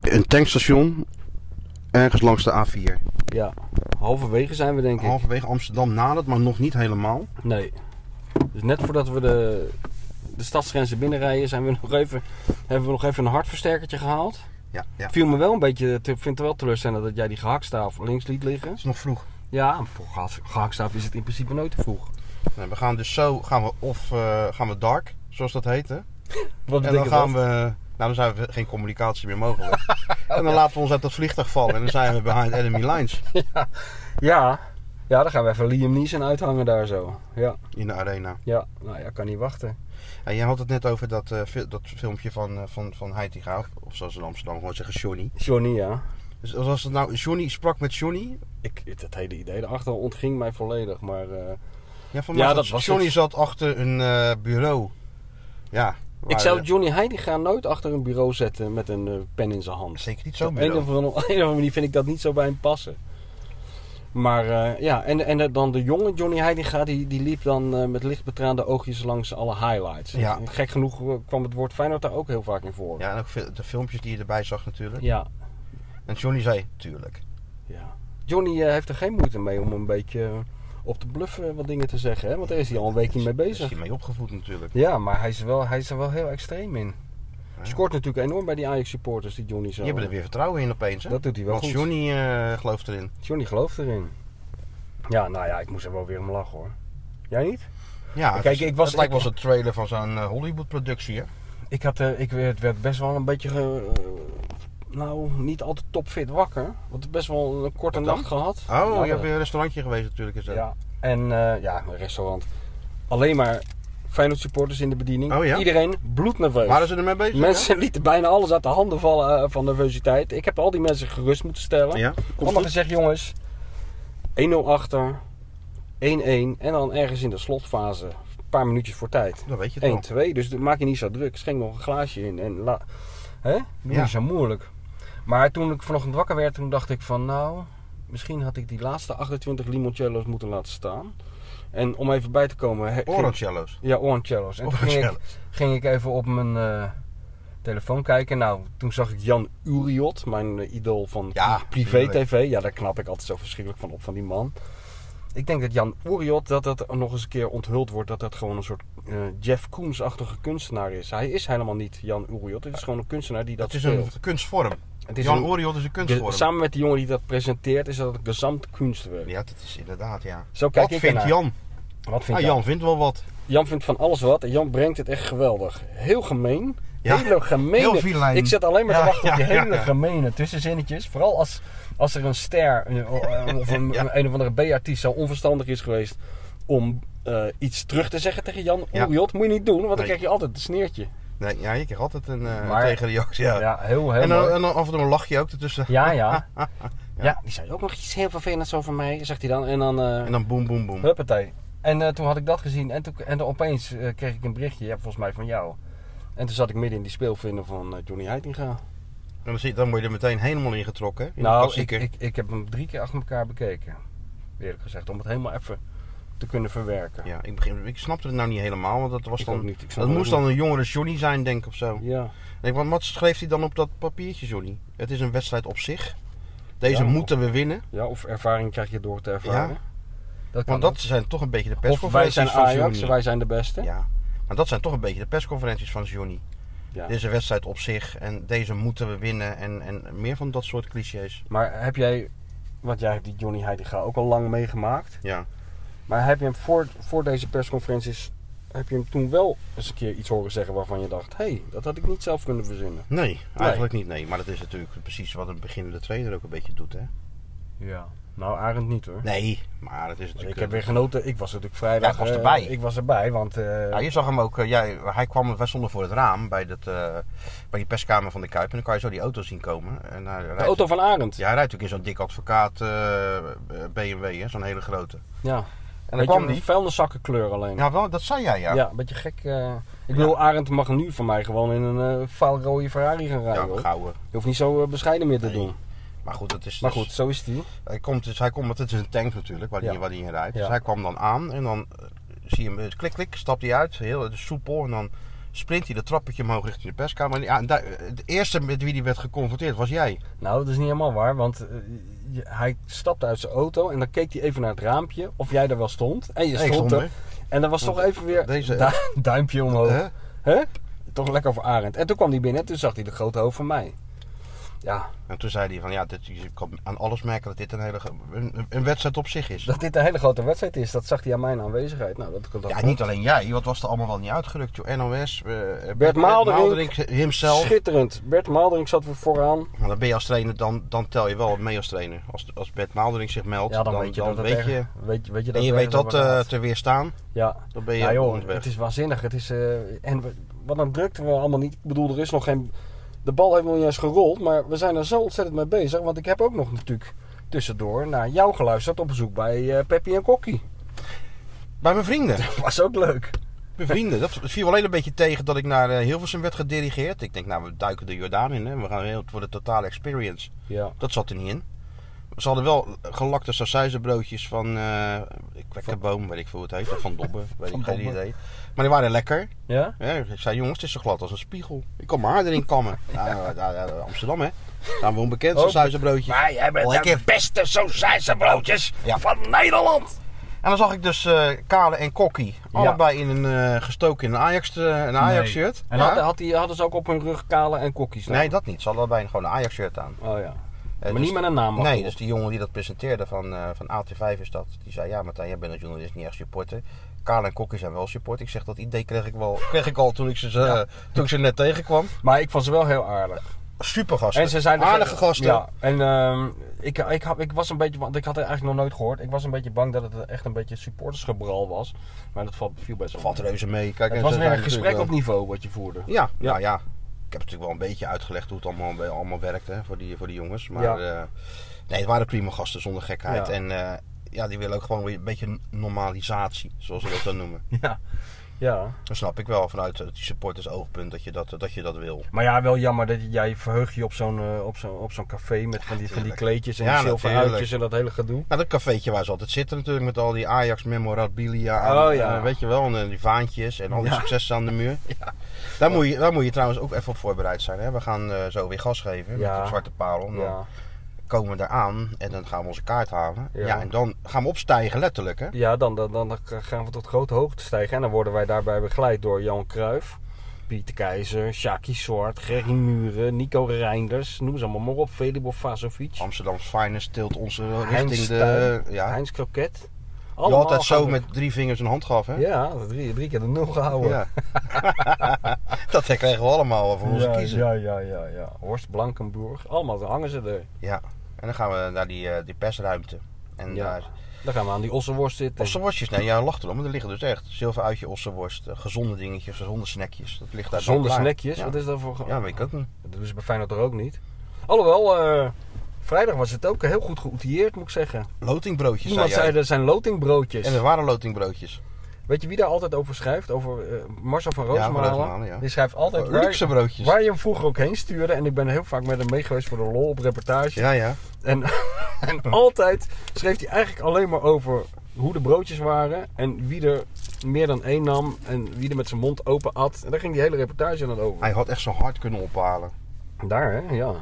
een tankstation ergens langs de A4. Ja. Halverwege zijn we denk ik. Halverwege Amsterdam nadert, maar nog niet helemaal. Nee. Dus net voordat we de, de stadsgrenzen binnenrijden, zijn we nog even, hebben we nog even een hartversterkertje gehaald. Ja, ja. Viel me wel een beetje, te- vind het wel teleurstellend dat jij die gehaktstaaf links liet liggen. Het is nog vroeg. Ja, voor gehakt- gehaktstaaf is het in principe nooit te vroeg. Nou, we gaan dus zo, gaan we of eh, gaan we dark, zoals dat heet. Hè? Wat En dan gaan we, nou dan zijn we geen communicatie meer mogelijk. en dan laten we ons uit dat vliegtuig vallen en dan zijn we behind enemy lines Ja. ja, dan gaan we even Liam Neeson uithangen daar zo. Ja, in de arena. ja. nou ja, kan niet wachten. En jij had het net over dat, eh, fil- dat filmpje van, eh, van, van Heitinga, of- of zoals ze in Amsterdam gewoon zeggen, Johnny. Johnny, ja. Dus als was het nou, Johnny sprak met Johnny. Ik, het hele idee erachter ontging mij volledig, maar... eh, Ja, van Ja, mij zat- dat was Johnny het. zat achter een eh, bureau. Ja. Ik waar- eh, zou Johnny Heidegger nooit achter een bureau zetten met een eh, pen in zijn hand. Zeker niet Op zo'n een of bureau. andere, op een of andere manier vind ik dat niet zo bij hem passen. Maar eh, ja, en, en dan de jonge Johnny Heidinga, die, die liep dan eh, met lichtbetraande oogjes langs alle highlights. Ja. En gek genoeg eh, kwam het woord Feyenoord daar ook heel vaak in voor. Ja, en ook veel- de filmpjes die je erbij zag natuurlijk. ja. En Johnny zei, tuurlijk. ja. Johnny eh, heeft er geen moeite mee om een beetje eh, op de bluff eh, wat dingen te zeggen, hè? want daar is hij al een weekje mee Daar Is bezig. hij mee opgevoed natuurlijk. Ja, maar hij is, er wel, hij is er wel heel extreem in. Ja. Scoort natuurlijk enorm bij die Ajax supporters, die Johnny zo. Die hebben er weer vertrouwen in opeens. Hè? Dat doet hij wel Want goed. Johnny eh, gelooft erin. Johnny gelooft erin. Ja, nou ja, ik moest er wel weer om lachen hoor. Jij niet? Ja, Kijk, het is- ik was- het lijkt ik- wel eens een trailer van zo'n eh, Hollywood-productie. hè? Ik had, eh, ik werd, werd best wel een beetje, ge- eh, nou, niet altijd topfit wakker. Want best wel een korte dan? nacht gehad. Oh, Ja, je dat- hebt weer een restaurantje geweest natuurlijk. Is dat. Ja, en eh, ja, een restaurant. Alleen maar Feyenoord supporters in de bediening. Oh ja? Iedereen bloednerveus. Waren ze ermee bezig? Mensen lieten bijna alles uit de handen vallen eh, van nervositeit. Ik heb al die mensen gerust moeten stellen. Ja? Ja? Komt Allemaal goed. gezegd, jongens. 1-0 achter. 1-1. En dan ergens in de slotfase. Een paar minuutjes voor tijd. Dan weet je het wel. 1-2. Dus maak je niet zo druk. Schenk nog een glaasje in. En la... Hè? Doe Ja. niet zo moeilijk. Maar toen ik vanochtend wakker werd, toen dacht ik van nou... Misschien had ik die laatste 28 limoncello's moeten laten staan. En om even bij te komen... he- ging- Orangello's. Ja, orancello's. En toen ging ik, Orangello's. ging ik even op mijn eh, telefoon kijken. Nou, toen zag ik Jan Uriot, mijn eh, idool van Ja, tuurlijk. privé-tv. Ja, daar knap ik altijd zo verschrikkelijk van op, van die man. Ik denk dat Jan Uriot, dat dat nog eens een keer onthuld wordt... dat dat gewoon een soort eh, Jeff Koens-achtige kunstenaar is. Hij is helemaal niet Jan Uriot. Het is gewoon een kunstenaar die dat Het is speelt. een kunstvorm. Het is Jan een- Oriot is een de- kunstvorm. samen met die jongen die dat presenteert, is dat een gezamt kunstwerk. Ja, dat is inderdaad, ja. Zo kijk wat ik vindt ernaar. Jan? Wat vind Ah, jij? Jan vindt wel wat. Jan vindt van alles wat en Jan brengt het echt geweldig. Heel gemeen. Ja. Hele gemene. Heel vilijn. Ik zit alleen maar te Ja, wachten op die ja, ja, hele ja. gemene tussenzinnetjes. Vooral als, als er een ster een- eh, of een, Ja. een of andere B-artiest zo onverstandig is geweest om eh, iets terug te zeggen tegen Jan Ja. Oriot. Moet je niet doen, want dan Nee. krijg je altijd een sneertje. Nee, ja, je krijgt altijd een eh Maar- tegenreactie. Ja. heel, heel en, dan, en dan af en toe een lachje ook ertussen. Ja, ja. ja. die zei ook nog iets heel vervelends over mij, zegt hij dan. En dan... eh, En dan boem, boem, boem. Huppatee. En eh, toen had ik dat gezien en, toen, en dan opeens eh, kreeg ik een berichtje, ja, volgens mij van jou. En toen zat ik midden in die speelvinder van eh, Johnny Heitinga. En dan, zit, dan word je er meteen helemaal in getrokken. hè, In de Nou, ik, klassieker. ik, ik heb hem drie keer achter elkaar bekeken. Eerlijk gezegd, om het helemaal even te kunnen verwerken. Ja, ik, begin, ik snapte het nou niet helemaal, want dat was Ik dan... ook niet, ik snap dat het moest ook dan een jongere Johnny zijn, denk ik, of zo. Ja. Nee, want wat schreef hij dan op dat papiertje, Johnny? Het is een wedstrijd op zich. Deze Ja. moeten we winnen. ja, of ervaring krijg je door te ervaren. Ja. Dat kan Want dat zijn toch een beetje de ook. Of wij persconferenties zijn van Ajax, Johnny. wij zijn de beste. Ja, maar dat zijn toch een beetje de persconferenties van Johnny. Ja. Dit is een wedstrijd op zich en deze moeten we winnen. En, en meer van dat soort clichés. Maar heb jij, want jij hebt die Johnny Heitinga ook al lang meegemaakt. Ja. Maar heb je hem voor, voor deze persconferenties, heb je hem toen wel eens een keer iets horen zeggen waarvan je dacht, hé, hey, dat had ik niet zelf kunnen verzinnen. Nee, eigenlijk niet. Nee. Maar dat is natuurlijk precies wat een beginnende trainer ook een beetje doet. Hè? Ja. Nou, Arend niet hoor. Nee, maar het is Ik natuurlijk... heb weer genoten. Ik was natuurlijk eh, vrijdag. Ja, ik was eh, erbij. ik was erbij, want... eh, Ja, je zag hem ook, eh, jij, hij kwam, wij stonden voor het raam bij, dat, eh, bij die perskamer van de Kuip. En dan kan je zo die auto zien komen. En hij de rijdt- auto van Arend. Ja, hij rijdt natuurlijk in zo'n dik advocaat eh, BMW, hè, zo'n hele grote. Ja. En Beetje een vuilniszakkenkleur alleen. Ja, Nou, wel, dat zei jij ja. Ja, een beetje gek. eh. Ik bedoel, Arend mag nu van mij gewoon in een eh faalrode Ferrari gaan rijden. hoor. gouden. Je hoeft niet zo eh, bescheiden meer te Nee. doen. Maar goed, het is, Maar goed, zo is die. Hij komt, dus hij komt, want het is een tank natuurlijk waar, Ja. die, waar die in rijdt. Dus Ja. hij kwam dan aan en dan eh, zie je hem, eh, klik klik, stapt hij uit, heel eh, soepel. En dan Sprint hij dat trappetje omhoog richting de perskamer. En ja, en daar- het eerste met wie hij werd geconfronteerd was jij. Nou, dat is niet helemaal waar, want eh, je- hij stapte uit zijn auto en dan keek hij even naar het raampje of jij er wel stond. En je Nee, ik stond, stond er. er. En dan was toch even weer Deze- du- duimpje omhoog. Hè? Hè? Toch lekker voor Arend. En toen kwam hij binnen en toen zag hij de grote hoofd van mij. Ja, En toen zei hij van ja, dit, je kan aan alles merken dat dit een hele ge- een, een wedstrijd op zich is. dat dit een hele grote wedstrijd is, dat zag hij aan mijn aanwezigheid. Nou, dat, dat ja, niet alleen jij. Wat was er allemaal wel niet uitgelukt? Joh? NOS, eh, Bert, eh, Maalderink. himself. Schitterend. Bert Maalderink zat weer vooraan. Maar dan ben je als trainer, dan, dan tel je wel mee als trainer. Als, als Bert Maalderink zich meldt, Ja, dan, dan weet je. dat het erg- weet, je- weet je dat en je het weet ergens dat over eh, gaat. te weerstaan, ja. dan ben je Ja joh, onderweg. het is waanzinnig. Het is, eh, en we- wat een drukte we allemaal niet. Ik bedoel, er is nog geen... De bal heeft nog niet eens gerold, maar we zijn er zo ontzettend mee bezig. Want ik heb ook nog natuurlijk tussendoor naar jou geluisterd op bezoek bij eh, Peppy en Kokkie. Bij mijn vrienden. Was ook leuk. Mijn vrienden. Dat viel alleen een beetje tegen dat ik naar eh, Hilversum werd gedirigeerd. Ik denk, nou, we duiken de Jordaan in. Hè. We gaan heel voor de totale experience. Ja. Dat zat er niet in. Ze hadden wel gelakte sausijzenbroodjes van eh kwekkenboom, weet ik veel hoe het heet. Of van Dobbe, weet Van ik geen Dobbe. idee. Maar die waren lekker. Ja? Ja, ik zei, jongens, het is zo glad als een spiegel. Ik kan mijn haar erin kammen. Nou, ja, ja, ja, Amsterdam, hè. Daar we onbekend, Oh. sausijzenbroodjes. Wij hebben Lekker. de beste sausijzenbroodjes Oh, Ja. van Nederland. En dan zag ik dus eh, Kale en Kokkie. Allebei in een, eh, gestoken in een Ajax, eh, een Ajax shirt. En had, had die, hadden ze ook op hun rug kale en kokkies? nou? Nee, dat niet. Ze hadden allebei gewoon een Ajax shirt aan. Oh ja. Eh, maar dus- niet met een naam. Nee, achterop. dus die jongen die dat presenteerde van, eh, van AT5 is dat. Die zei, ja Martijn, jij bent als journalist niet echt supporter. Karel en Kokkie zijn wel supporter. Ik zeg, dat idee kreeg ik, wel, kreeg ik al toen ik, ze, ze- toen ik ze net tegenkwam. Maar ik vond ze wel heel aardig. Super gasten. En ze zijn er- Aardige gasten. Ja. En ehm, ik, ik, had- ik was een beetje, want ik had het eigenlijk nog nooit gehoord. Ik was een beetje bang dat het echt een beetje supportersgebral was. Maar dat valt- viel best wel Valt mee. reuze mee. Kijk, Het en was ze weer een zijn gesprek op natuurlijk eh, niveau wat je voerde. wel- Ja, Nou ja, ja. Ik heb natuurlijk wel een beetje uitgelegd hoe het allemaal, allemaal werkt hè, voor, die, voor die jongens. Maar Ja. eh, nee, het waren prima gasten zonder gekheid. Ja. En eh, ja, die willen ook gewoon weer een beetje normalisatie, zoals ze dat dan noemen. Ja. ja. Dat snap ik wel vanuit die supporters oogpunt dat je dat, dat, je dat wil. Maar ja, wel jammer dat jij verheugt je op zo'n eh, op zo'n op zo'n café met van die, van die tuurlijk. kleedjes en Ja, die zilveren natuurlijk. uitjes en dat hele gedoe. Nou, dat cafeetje waar ze altijd zitten natuurlijk met al die Ajax memorabilia. aan, Oh, ja. eh, weet je wel, en eh, die vaantjes en al die successen aan de muur. Daar, moet je, daar moet je trouwens ook even op voorbereid zijn. Hè? We gaan eh, zo weer gas geven Ja. met de zwarte parel. En Dan Ja. komen we eraan en dan gaan we onze kaart halen. Ja. Ja. en dan gaan we opstijgen letterlijk hè. Ja, dan, dan, dan gaan we tot grote hoogte stijgen. En dan worden wij daarbij begeleid door Jan Cruijff, Pieter Keizer, Sjaki Soort, Gerry Muren, Nico Reinders. Noem ze allemaal maar op. Velibor Vazovic, Amsterdam's finest tilt onze Heinz richting de... Stuy, Ja. Heinz Kroket. Je Allemaal altijd zo gaan we- met drie vingers een hand gaf hè. Ja, drie, drie keer de nul gehouden. Ja. dat kregen we allemaal voor onze ja, kiezen. ja, ja, ja, ja. Horst Blankenburg. Allemaal dan hangen ze er. Ja, en dan gaan we naar die, eh, die persruimte. En Ja. daar Dan gaan we aan die ossenworst zitten. ossenworstjes, nee, jij lacht erom, maar er liggen dus echt zilveruitje, ossenworst, eh, gezonde dingetjes, gezonde snackjes. Dat ligt daar Zonder klaar. snackjes. Ja. Wat is dat voor... ge- Ja, weet ik ook niet. Dat doen ze bij Feyenoord er ook niet. Alhoewel, eh, vrijdag was het ook heel goed geoutilleerd, moet ik zeggen. Lotingbroodjes, zei Iemand jij. zei, er zijn lotingbroodjes. En er waren lotingbroodjes. Weet je wie daar altijd over schrijft? Over eh, Marcel van van Roosmalen. Roosmalen, ja. Die schrijft altijd Luxe waar, broodjes. waar je hem vroeger ook heen stuurde. En ik ben heel vaak met hem mee geweest voor de lol op reportage. Ja, ja. En, en altijd schreef hij eigenlijk alleen maar over hoe de broodjes waren. En wie er meer dan één nam. En wie er met zijn mond open at. En daar ging die hele reportage dan over. Hij had echt zo hard kunnen ophalen. Daar hè, ja.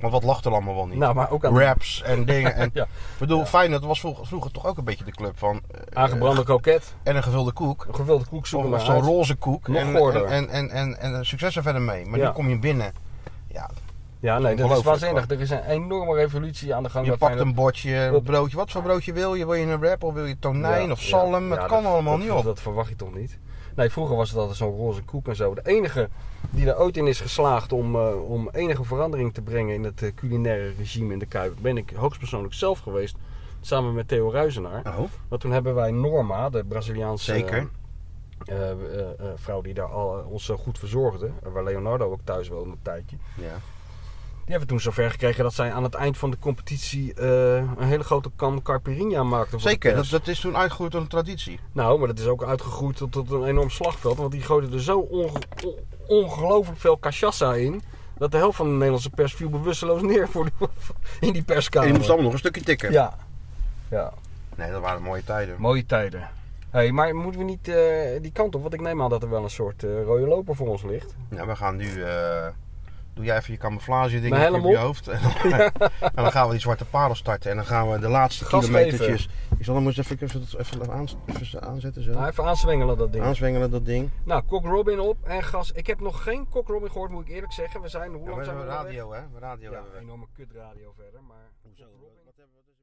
Maar wat lacht er allemaal wel niet? Nou, maar ook aan Raps en dingen. En, Ja. Ik bedoel, Feyenoord was vroeger, vroeger toch ook een beetje de club van... eh, aangebrande kroket. en een gevulde koek. Een gevulde koek zoeken Of naar Oh, zo'n uit. roze koek. Nog en, goorder. en, en, en, en, en succes er verder mee. Maar Ja. nu kom je binnen. Ja, Ja, nee, dat is Ongelooflijk, waanzinnig. Er is een enorme revolutie aan de gang. Je bij pakt Feyenoord. een bordje, een Op- broodje. Wat voor broodje wil je? Wil je een wrap of wil je tonijn Ja, of zalm? ja, het ja, kan dat- allemaal dat- niet op. Dat verwacht je toch niet? Nee, vroeger was het altijd zo'n roze koek en zo. De enige die er ooit in is geslaagd om, eh, om enige verandering te brengen in het eh, culinaire regime in de Kuip, ben ik hoogstpersoonlijk zelf geweest. Samen met Theo Ruizenaar. Oh, Want toen hebben wij Norma, de Braziliaanse Zeker. eh, eh, eh, eh, vrouw die daar al, eh, ons zo goed verzorgde. eh, Waar Leonardo ook thuis woonde een tijdje. ja. Die hebben toen zover gekregen dat zij aan het eind van de competitie eh, een hele grote kan Carpirinha maakten. voor de Zeker, dat, pers. dat is toen uitgegroeid tot een traditie. Nou, maar dat is ook uitgegroeid tot, tot een enorm slagveld. Want die gooiden er zo onge- on- ongelooflijk veel cachaça in. Dat de helft van de Nederlandse pers viel bewusteloos neer voor de- in die perskamer. nog een stukje tikken. Ja. ja. Nee, dat waren mooie tijden. Mooie tijden. Hey, maar moeten we niet eh, die kant op? Want ik neem aan dat er wel een soort eh, rode loper voor ons ligt. Ja, we gaan nu. eh, doe jij even je camouflage ding Mijn op helm je op. hoofd. En dan, en dan gaan we die zwarte parel starten. En dan gaan we de laatste Gas kilometertjes. Ik zal hem eens even, even, even, aan, even aanzetten. Zo. Nou, even aanswengelen dat ding. Aanzwengelen dat ding. Nou, Cock Robin op en gas. Ik heb nog geen Cock Robin gehoord, moet ik eerlijk zeggen. We zijn, hoe Ja, lang we zijn we hebben nou weg? radio, hè? We Radio Ja, hebben we. enorme kutradio verder, maar... Cock Robin- Wat hebben we dus?